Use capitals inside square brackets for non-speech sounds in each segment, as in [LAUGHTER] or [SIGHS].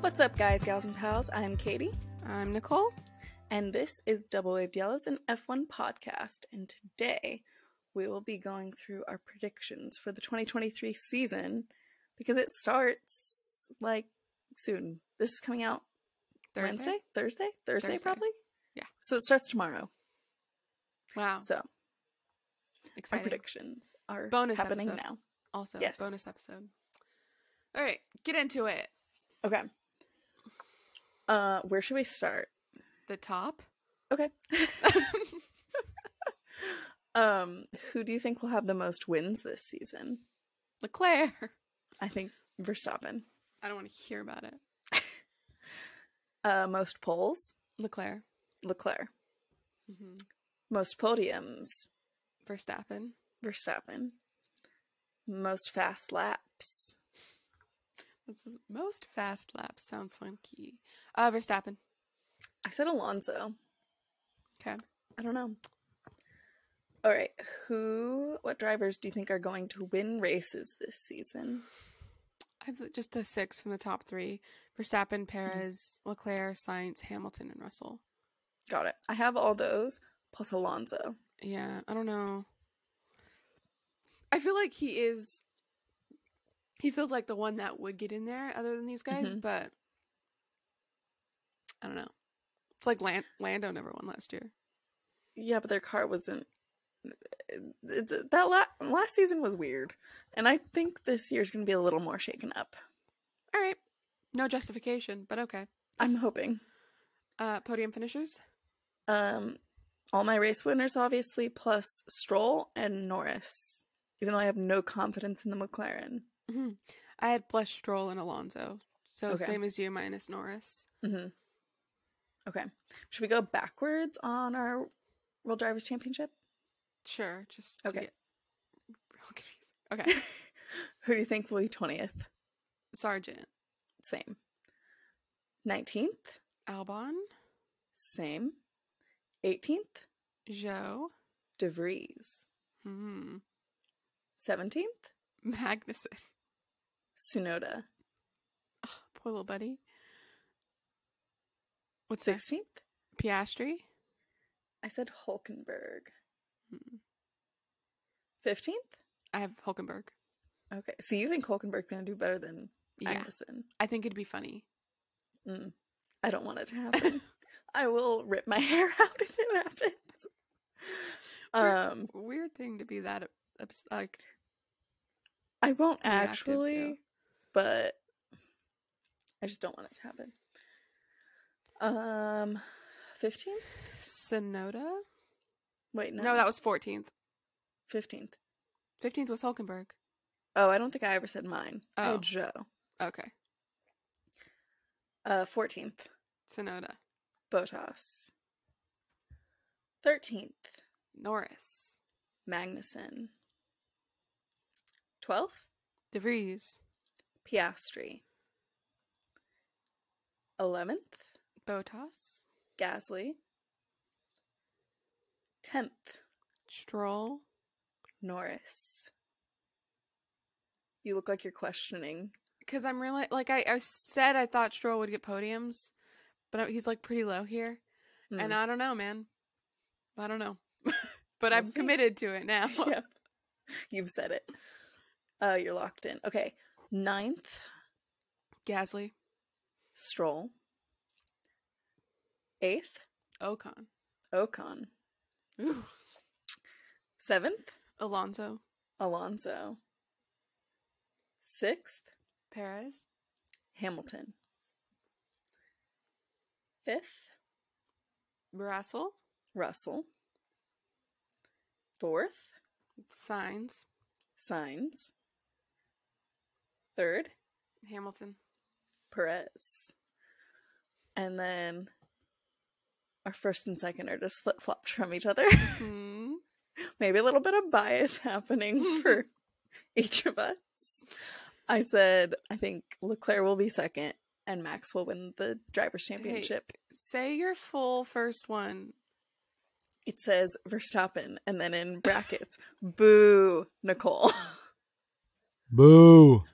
What's up, guys, gals, and pals? I'm Katie, I'm Nicole. and this is Double Wave Yellows and F1 Podcast. And today we will be going through our predictions for the 2023 season because it starts like soon. This is coming out Wednesday, Thursday, Thursday, Thursday. probably. Yeah. So it starts tomorrow. Wow. So our Exciting. predictions are Bonus happening episode. now. also, Yes. bonus episode. All right, get into it. Okay. Uh, where should we start? The top. Okay. Um, who do you think will have the most wins this season? Leclerc. [LAUGHS] I think Verstappen. I don't want to hear about it. Uh, most poles, Leclerc. Leclerc. Mm-hmm. Most podiums, Verstappen. Verstappen. Most fast laps, That's most fast laps. Sounds funky. Uh, Verstappen. I said Alonso. Okay. I don't know. All right, who, what drivers do you think are going to win races this season? I've just the six from the top three: Verstappen, Perez, Leclerc, Sainz, Hamilton, and Russell. Got it. I have all those plus Alonso. Yeah, I don't know. I feel like he is. He feels like the one that would get in there, other than these guys. Mhm. But I don't know. It's like Lan- Lando never won last year. Yeah, but their car wasn't. th- th- That la- last season was weird, and I think this year's going to be a little more shaken up. All right, no justification, but okay. I'm hoping. Uh, podium finishers. Um, all my race winners, obviously, plus Stroll and Norris. Even though I have no confidence in the McLaren. Mhm. I had plus Stroll and Alonso, so Okay. same as you minus Norris. hmm Okay, should we go backwards on our World Drivers Championship? Sure, just to Okay. get [LAUGHS] real confused. Okay, Who do you think will be twentieth? Sergeant Same. Nineteenth, Albon, same. Eighteenth, Joe, De Vries. hmm, Seventeenth, Magnuson. Sunoda. Oh, poor little buddy. What's next? Sixteenth, Piastri? I said Hulkenberg. Mm. Fifteenth, I have Hulkenberg. okay. So you think Hulkenberg's gonna do better than Yeah. Magnussen? I think it'd be funny. Mm. I don't want it to [LAUGHS] happen. I will rip my [LAUGHS] hair out if it happens. We're- Um, Weird thing to be that ob- obs- like I won't reactive to. actually, but I just don't want it to happen. Um, fifteenth. Sonoda? Wait, no, No, that was 14th. fifteenth. 15th was Hulkenberg. Oh, I don't think I ever said mine. Oh, Oh. Joe. Okay. Uh, fourteenth. Sonoda. Botas. 13th, Norris. Magnuson. 12th, DeVries. Piastri. 11th, Botas. Gasly. 10th, Stroll. Norris. You look like you're questioning. Because I'm really like I, I said I thought Stroll would get podiums, but I- he's like pretty low here. Hmm. And I don't know, man. I don't know. [LAUGHS] but We'll I'm see. committed to it now. [LAUGHS] yep. You've said it. Uh, you're locked in. Okay. Ninth, Gasly. Stroll. Eighth, Ocon. Ocon. Ooh. Seventh, Alonso. Alonso. Sixth, Perez. Hamilton. Fifth, Russell. Russell. Fourth, Signs. Signs. Third, Hamilton. Perez. And then our first and second are just flip flopped from each other. Hmm. Maybe a little bit of bias [LAUGHS] happening [LAUGHS] for each of us. I said, I think Leclerc will be second and Max will win the Drivers' Championship. Say your full first one. it says Verstappen, and then in brackets, boo, Nicole. [LAUGHS] Boo.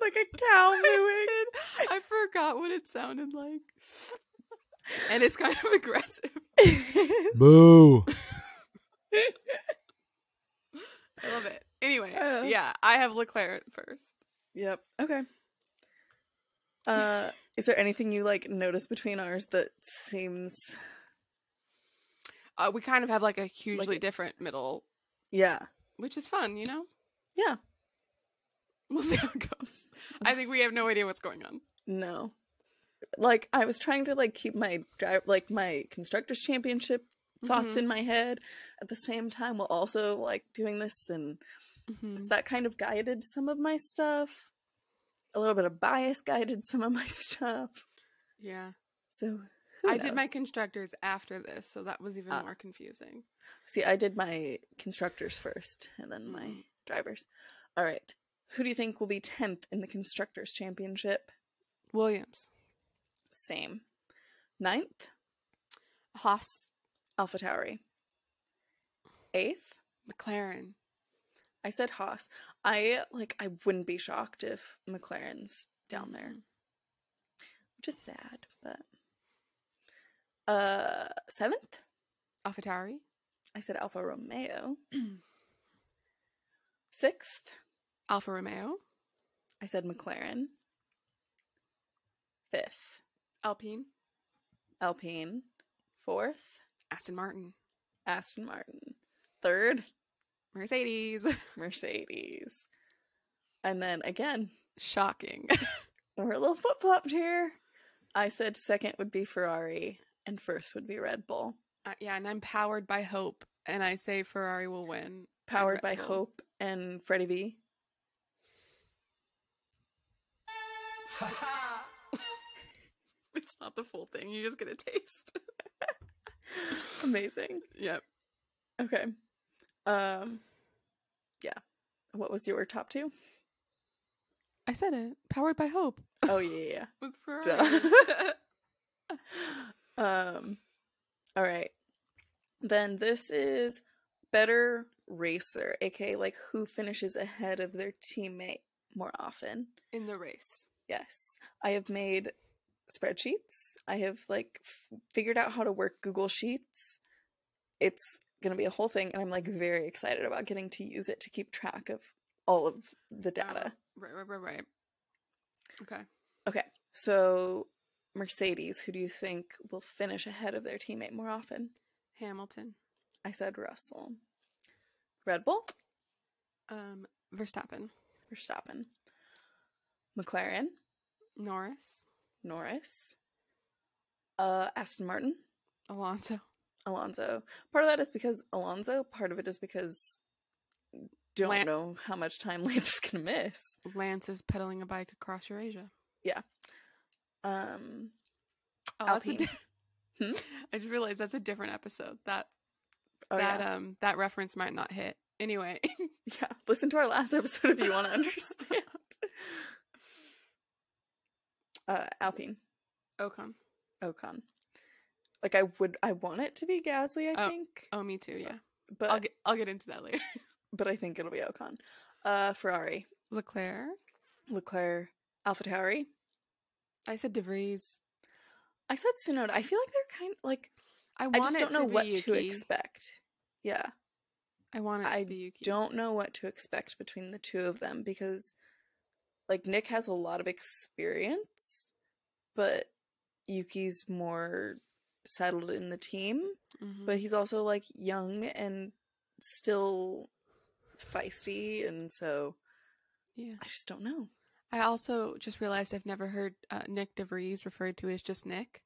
that a cow mooing. [LAUGHS] I, did. [LAUGHS] I forgot what it sounded like. [LAUGHS] And it's kind of [LAUGHS] aggressive. [LAUGHS] Boo. I love it. Anyway, Uh. yeah, I have LeClaire first. yep. Okay. Uh, is there anything you like notice between ours that seems? Uh, we kind of have like a hugely it- different middle, Yeah. which is fun, you know? Yeah. [LAUGHS] We'll see how it goes. I think we have no idea what's going on. No. Like I was trying to like keep my dri- like my constructors championship thoughts Mm-hmm. in my head at the same time while also like doing this and Mhm. so that kind of guided some of my stuff. A little bit of bias guided some of my [LAUGHS] stuff. Yeah. So who I did my knows? constructors after this, so that was even Ah. more confusing. See, I did my constructors first and then my Mm. drivers. All right. Who do you think will be 10th in the constructors championship? Williams. Same. Ninth, Haas. Alpha Tauri. Eighth, McLaren. I said Haas. I like I wouldn't be shocked if McLaren's down there. Which is sad, but uh seventh? Afatari. I said Alfa Romeo. [CLEARS THROAT] Sixth, Alfa Romeo. I said McLaren. Fifth, Alpine. Alpine. Fourth, Aston Martin. Aston Martin. Third, Mercedes. [LAUGHS] Mercedes. And then again, Shocking. we're a little flip flopped here. I said second would be Ferrari and first would be Red Bull. [LAUGHS] Uh, yeah, and I'm powered by hope, and I say Ferrari will win. Powered by Red Bull. Hope and Freddie V. [LAUGHS] it's not the full thing. You just get a taste. Amazing. [LAUGHS] yep. Okay. Um yeah. What was your top two? I said it. Powered by hope Oh yeah, with Duh. Ferrari. [LAUGHS] yeah, yeah. um all right. Then this is better racer, aka like who finishes ahead of their teammate more often. In the race. Yes. I have made spreadsheets. I have like f- figured out how to work Google Sheets. It's going to be a whole thing and I'm like very excited about getting to use it to keep track of all of the data. Uh, Right, right, right, right. Okay. Okay. So Mercedes, who do you think will finish ahead of their teammate more often? Hamilton. I said Russell. Red Bull, Um, Verstappen. Verstappen. McLaren, Norris. Norris. Uh Aston Martin, Alonso. Alonso. Part of that is because Alonso, part of it is because don't Lan- know how much time [LAUGHS] Lance is gonna miss. Lance is pedaling a bike across Eurasia. Um Alpine. Oh, that's a di- [LAUGHS] Hmm? [LAUGHS] I just realized that's a different episode. That oh, that yeah. um that reference might not hit. Anyway. [LAUGHS] [LAUGHS] yeah. Listen to our last episode if you wanna [LAUGHS] understand. uh Alpine, Ocon. Ocon. Like I would I want it to be Gasly, I Oh, think. Oh, me too. Yeah, but I'll get I'll get into that later. [LAUGHS] but I think it'll be Ocon. Uh Ferrari, Leclerc. Leclerc, AlphaTauri. I said De Vries. I said Sonoda. I feel like they're kind like I I want just it don't know to be what Yuki. to expect. Yeah. I want it to I be Yuki. don't know what to expect between the two of them because like Nick has a lot of experience, but Yuki's more settled in the team, Mhm. but he's also like young and still feisty and so yeah. I just don't know. I also just realized I've never heard uh, Nick De Vries referred to as just Nick,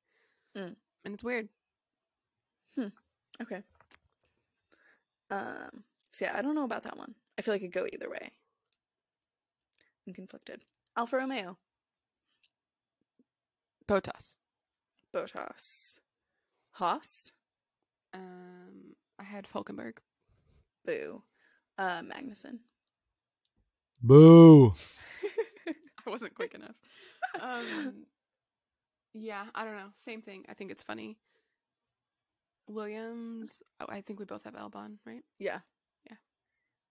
Mm. and it's weird. Okay. Um so yeah, I don't know about that one. I feel like it could go either way. I'm conflicted. Alfa Romeo. Botas. Botas. Haas. Um, I had Falkenberg. [LAUGHS] Boo. Uh, [LAUGHS] Magnuson. Boo. I wasn't quick enough. Um, yeah, I don't know. Same thing. I think it's funny. Williams. Oh, I think we both have Albon, right? yeah. Yeah.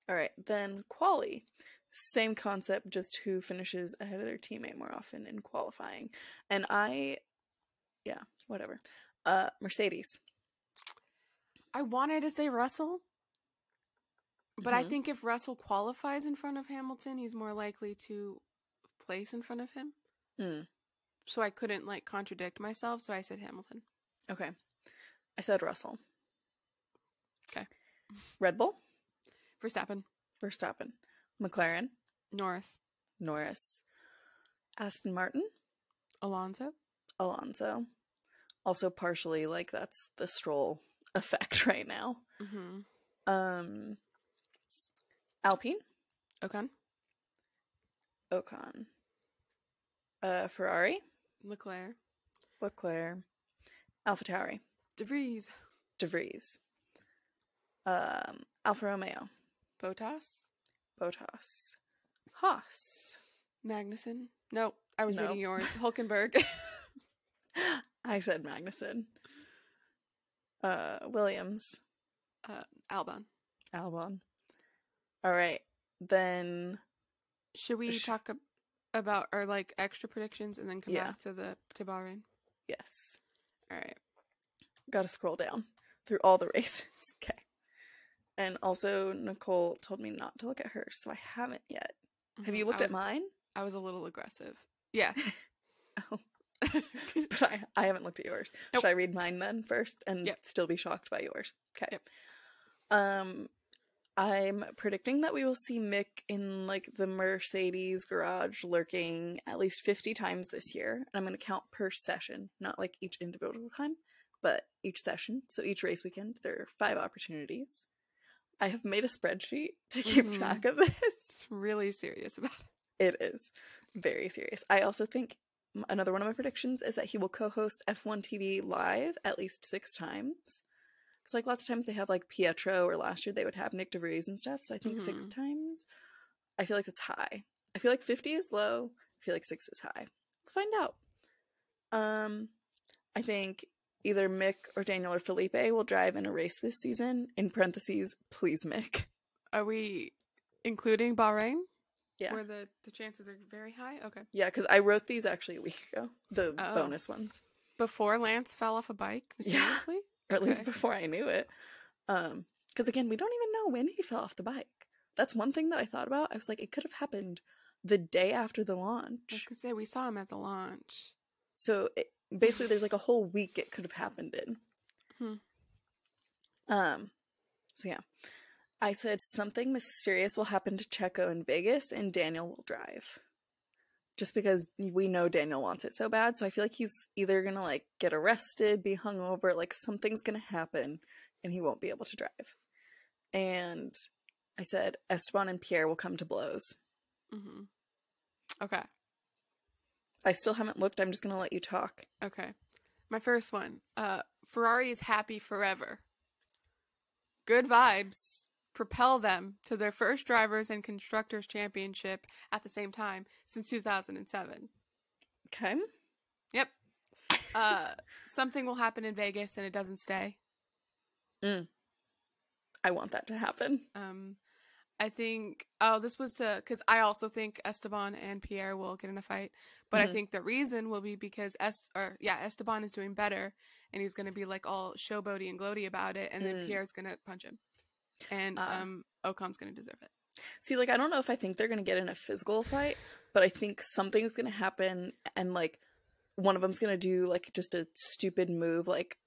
All right, then quali. Same concept, just who finishes ahead of their teammate more often in qualifying. And I, yeah, whatever. Uh, Mercedes. I wanted to say Russell, but I Mhm. think if Russell qualifies in front of Hamilton, he's more likely to place in front of him. Mm. So I couldn't like contradict myself, so I said Hamilton. Okay. I said Russell. Okay. Red Bull, Verstappen, Verstappen, McLaren, Norris, Norris, Aston Martin, Alonso. Alonso. Also, partially, like, that's the stroll [LAUGHS] effect right now. Mm-hmm. Um, Alpine, Ocon, Ocon, uh, Ferrari, Leclerc, Leclerc, AlphaTauri, De Vries, De Vries, um, Alfa Romeo, Botas, Botas, Haas. [GASPS] Magnussen. No, I was No. reading [LAUGHS] yours. Hulkenberg, I said Magnuson. Uh, Williams, uh, Albon. Albon. All right, then Should we Sh- talk ab- about our like extra predictions and then come Yeah. back to the to Bahrain? yes, All right. gotta scroll down through all the [LAUGHS] races. Okay. And also, Nicole told me not to look at hers, so I haven't yet. Have Mhm. you I looked at was- mine? [LAUGHS] I was a little aggressive. Yes. but I, I haven't looked at yours. Nope. Should I read mine then first and Yep. still be shocked by yours? Okay. Yep. Um, I'm predicting that we will see Mick in like the Mercedes garage lurking at least 50 times this year. And I'm going to count per session, not like each individual time, but each session. So each race weekend, there are five opportunities. I have made a spreadsheet to keep Mhm. track of this. It's really serious about it. It is very serious. I also think m- another one of my predictions is that he will co-host F1 TV live at least six times. Because like lots of times they have like Pietro, or last year they would have Nick DeVries and stuff. So I think six Mhm. times. I feel like it's high. I feel like fifty is low. I feel like six is high. We'll find out. Um, I think either Mick or Daniel or Felipe will drive in a race this season. In parentheses, please Mick. [LAUGHS] Are we including Bahrain? Yeah. Where the, the chances are very high? Okay. Yeah, because I wrote these actually a week ago. The Oh. bonus ones. Before Lance fell off a bike, Yeah. mysteriously? or at least Okay. before I knew it. Um, because again, we don't even know when he fell off the bike. That's one thing that I thought about. I was like, it could have happened the day after the I was launch. going to say, we saw him at the launch. So it, basically, there's like a whole week it could have happened in. Um, so yeah, I said something mysterious will happen to Checo in Vegas, and Daniel will drive. Just because we know Daniel wants it so bad, so I feel like he's either gonna like get arrested, be hung over, like something's gonna happen, and he won't be able to drive. And I said Esteban and Pierre will come to blows. Mm-hmm. hmm Okay. I still haven't looked. I'm just gonna let you talk. Okay. My first one. Uh, Ferrari is happy forever. Good vibes. Propel them to their first drivers and constructors championship at the same time since 2007. Okay. Yep. Uh, something will happen in Vegas and it doesn't stay. I want that to happen. Um, I think. Oh, this was to because I also think Esteban and Pierre will get in a fight, but Mhm. I think the reason will be because Est or yeah Esteban is doing better and he's gonna be like all showboaty and gloaty about it, and then Mm. Pierre's gonna punch him, and Ah. um Ocon's gonna deserve it. See, like, I don't know if I think they're gonna get in a physical fight, but I think something's gonna happen, and like, one of them's gonna do like just a stupid move, like,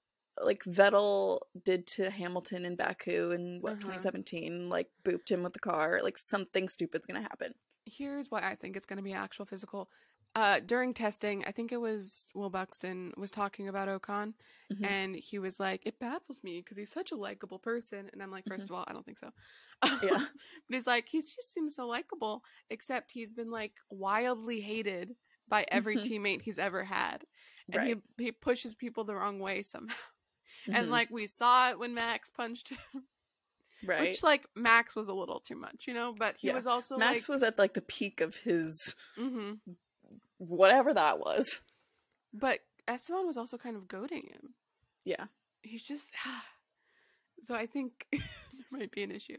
like Vettel did to Hamilton in Baku in what Uh-huh. 2017, like booped him with the car. Like something stupid's gonna happen. [LAUGHS] Here's why I think it's going to be actual physical. Uh, during testing, I think it was Will Buxton was talking about Ocon, Mhm. and he was like, "It baffles me because he's such a likable person." And I'm like, 1st of all, I don't think so." Mm-hmm. Yeah. [LAUGHS] [LAUGHS] but he's like, he just seems so likable, except he's been like wildly hated by every Mhm. teammate he's ever had, and right? he he pushes people the wrong way somehow. [LAUGHS] And Mhm. like we saw it when Max punched him, right. which like Max was a little too much, you know. But he Yeah. was also Max like, was at like the peak of his mm-hmm. whatever that [LAUGHS] was. But Esteban was also kind of goading him. Yeah. [SIGHS] [LAUGHS] He's just so I think there might be an issue.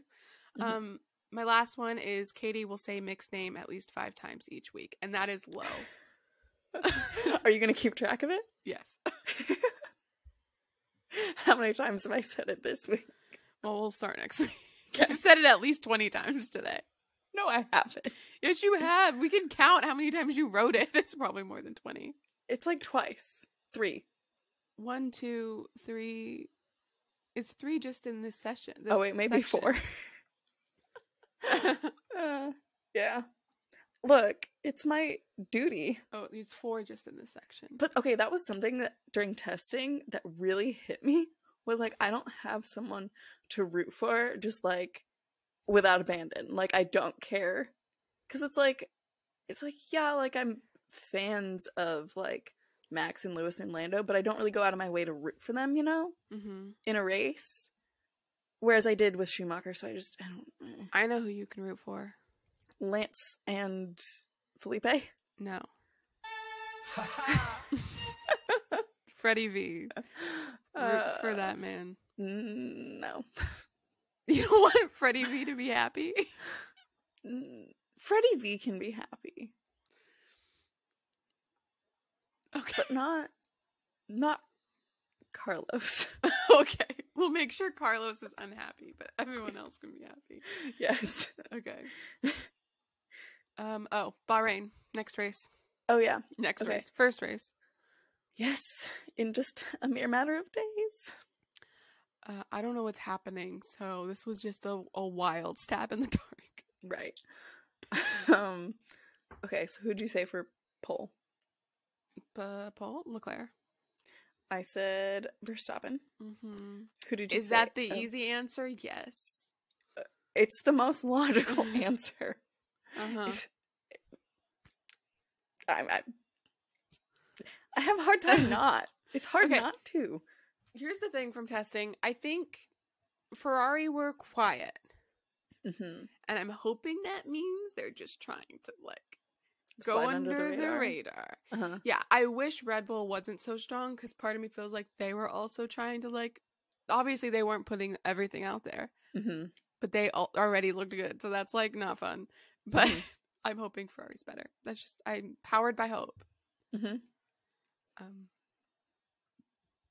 Mhm. Um my last one is Katie will say mixed name at least five times each week, and that is low. [SIGHS] Are you going to keep track of it? [LAUGHS] yes. How many times have I said it this week? Well, we'll start [LAUGHS] next week. I've said it at least 20 times today. No, I haven't. Yes, you have. We can count how many times you wrote it. [LAUGHS] It's probably more than 20. It's like twice. Three. One, two, three. It's three just in this session. This oh, wait, maybe section. four. [LAUGHS] Uh, yeah. Look, it's my duty. [LAUGHS] oh, it's four just in this section. But okay, that was something that during testing that really hit me was like, I don't have someone to root for just like without abandon. Like, I don't care. Cause it's like, it's like, yeah, like I'm fans of like Max and Lewis and Lando, but I don't really go out of my way to root for them, you know, hmm in a race. Whereas I did with Schumacher, so I just, I don't. eh. I know who you can root for. Lance and [GASPS] Felipe. No. [LAUGHS] Freddie V. Root for Uh, that man. [LAUGHS] mm, No. You don't want Freddie V to be happy? Mm, Freddie V can be happy, Okay. but not not [LAUGHS] Carlos. [LAUGHS] okay. We'll make sure Carlos is unhappy, but everyone else can be happy. yes. Okay. Um. Oh, Bahrain. Next race. Oh yeah. Next Okay. race. First race. Yes. In just a mere matter of days. Uh, I don't know what's happening, so this was just a, a wild stab in the [LAUGHS] dark. Right. [LAUGHS] um okay, so who'd you say for poll? But Paul Leclerc. I said Verstappen. Mm-hmm. Who did you Is say? that the Oh, easy answer? Yes. It's the most [LAUGHS] logical answer. Uh huh. I'm, I, I have a hard [LAUGHS] time not. It's hard Okay. not to. Here's the thing from testing. I think Ferrari were quiet, Mm-hmm. and I'm hoping that means they're just trying to like go under, the, radar. Uh-huh. Yeah, I wish Red Bull wasn't so strong because part of me feels like they were also trying to like. Obviously, they weren't putting everything out there, hmm but they al- already looked good, so that's like not fun. [LAUGHS] But Mhm. I'm hoping Ferrari's better. That's just I'm powered by hope. Mhm. Um,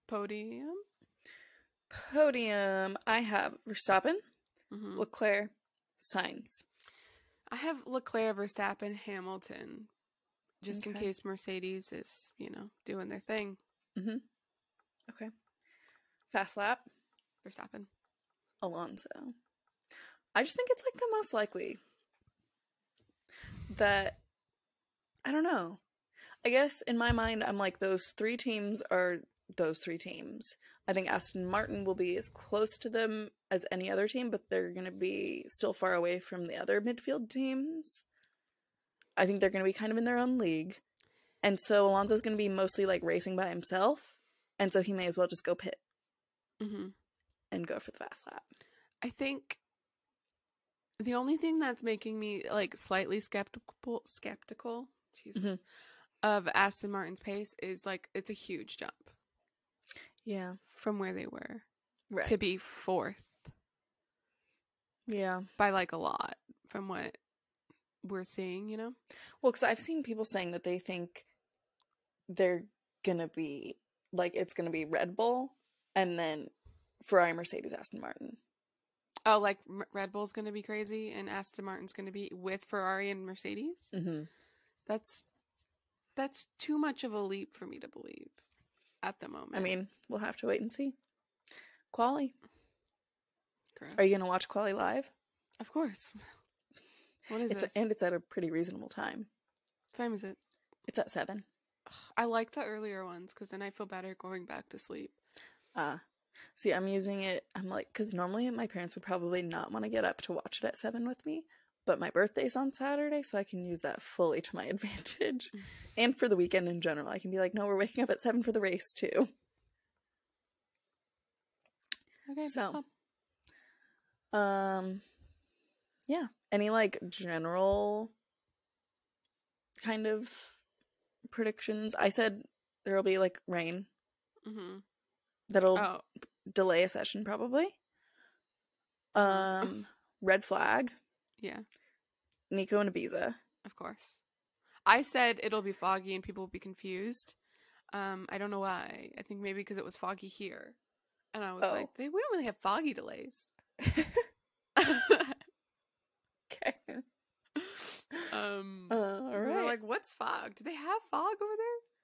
podium. Podium. I have Verstappen, Mm-hmm. Mhm. Leclerc, Signs. I have Leclerc, Verstappen, Hamilton, just in Okay. case Mercedes is, you know, doing their thing. Fast lap, Verstappen. Alonso. I just think it's like the most likely that I don't know. I guess in my mind, I'm like those three teams are those three teams. I think Aston Martin will be as close to them as any other team, but they're going to be still far away from the other midfield teams. I think they're going to be kind of in their own league. And so Alonso's going to be mostly like racing by himself. And so he may as well just go pit hmm and go for the fast lap. I think the only thing that's making me like slightly skeptical, skeptical, Jesus, Mhm. of Aston Martin's pace is like it's a huge jump Yeah. from where they were Right. to be fourth Yeah. by like a lot from what we're seeing, you know. Well, because I've seen people saying that they think they're gonna be like it's gonna be Red Bull and then Ferrari, Mercedes, Aston Martin. Oh, like M- Red Bull's going to be crazy and Aston Martin's going to be with Ferrari and Mercedes? Mm-hmm. That's that's too much of a leap for me to believe at the moment. I mean, we'll have to wait and see. Quali, Gross. are you gonna watch Quali live? Of course. [LAUGHS] What is It's this? and it's at a pretty reasonable time. what time is it? It's at seven. Ugh, I like the earlier ones cuz then I feel better going back to sleep. Uh see, I'm using it. I'm like, because normally my parents would probably not want to get up to watch it at seven with me, but my birthday's on Saturday, so I can use that fully to my [LAUGHS] advantage, and for the weekend in general, I can be like, no, we're waking up at seven for the race too. Okay. So- well, Um, yeah. Any like general kind of predictions? I said there'll be like rain mhm. that'll Oh, Uh-huh. delay a session probably. Um, red flag. Yeah, Nico and Ibiza. of course. I said it'll be foggy and people will be confused. Um, I don't know why. I think maybe because it was foggy here, and I was Oh. like, they, we don't really have foggy [LAUGHS] delays. [LAUGHS] [LAUGHS] Okay. um, Uh, and all they're right. like, what's fog? Do they have fog over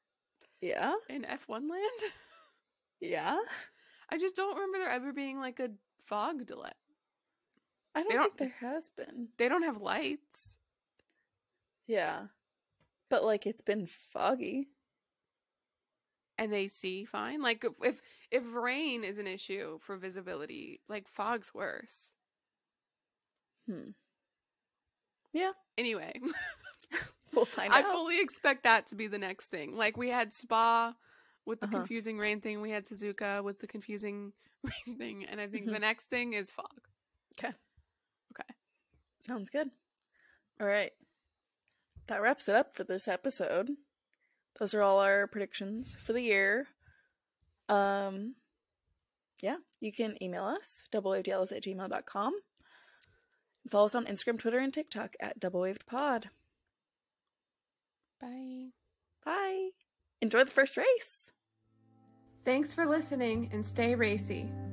yeah. there in F one land? [LAUGHS] Yeah. I just don't remember there ever being like a fog delay. I don't, think don't- there has been. They don't have lights. Yeah. But like it's been foggy. and they see fine. Like if if, if rain is an issue for visibility, like fog's worse. Hmm. Yeah. Anyway, We'll find [LAUGHS] I out. fully expect that to be the next thing. Like we had spa with the Uh-huh. confusing rain thing, we had Suzuka with the confusing [LAUGHS] rain thing, and I think the Mhm. next thing is fog. Sounds good. All right. That wraps it up for this episode. Those are all our predictions for the year. Um yeah, you can email us, doublewavedls at gmail.com. Follow us on Instagram, Twitter, and TikTok at doublewavedpod. Bye. Bye. Enjoy the first race. Thanks for listening and stay racy.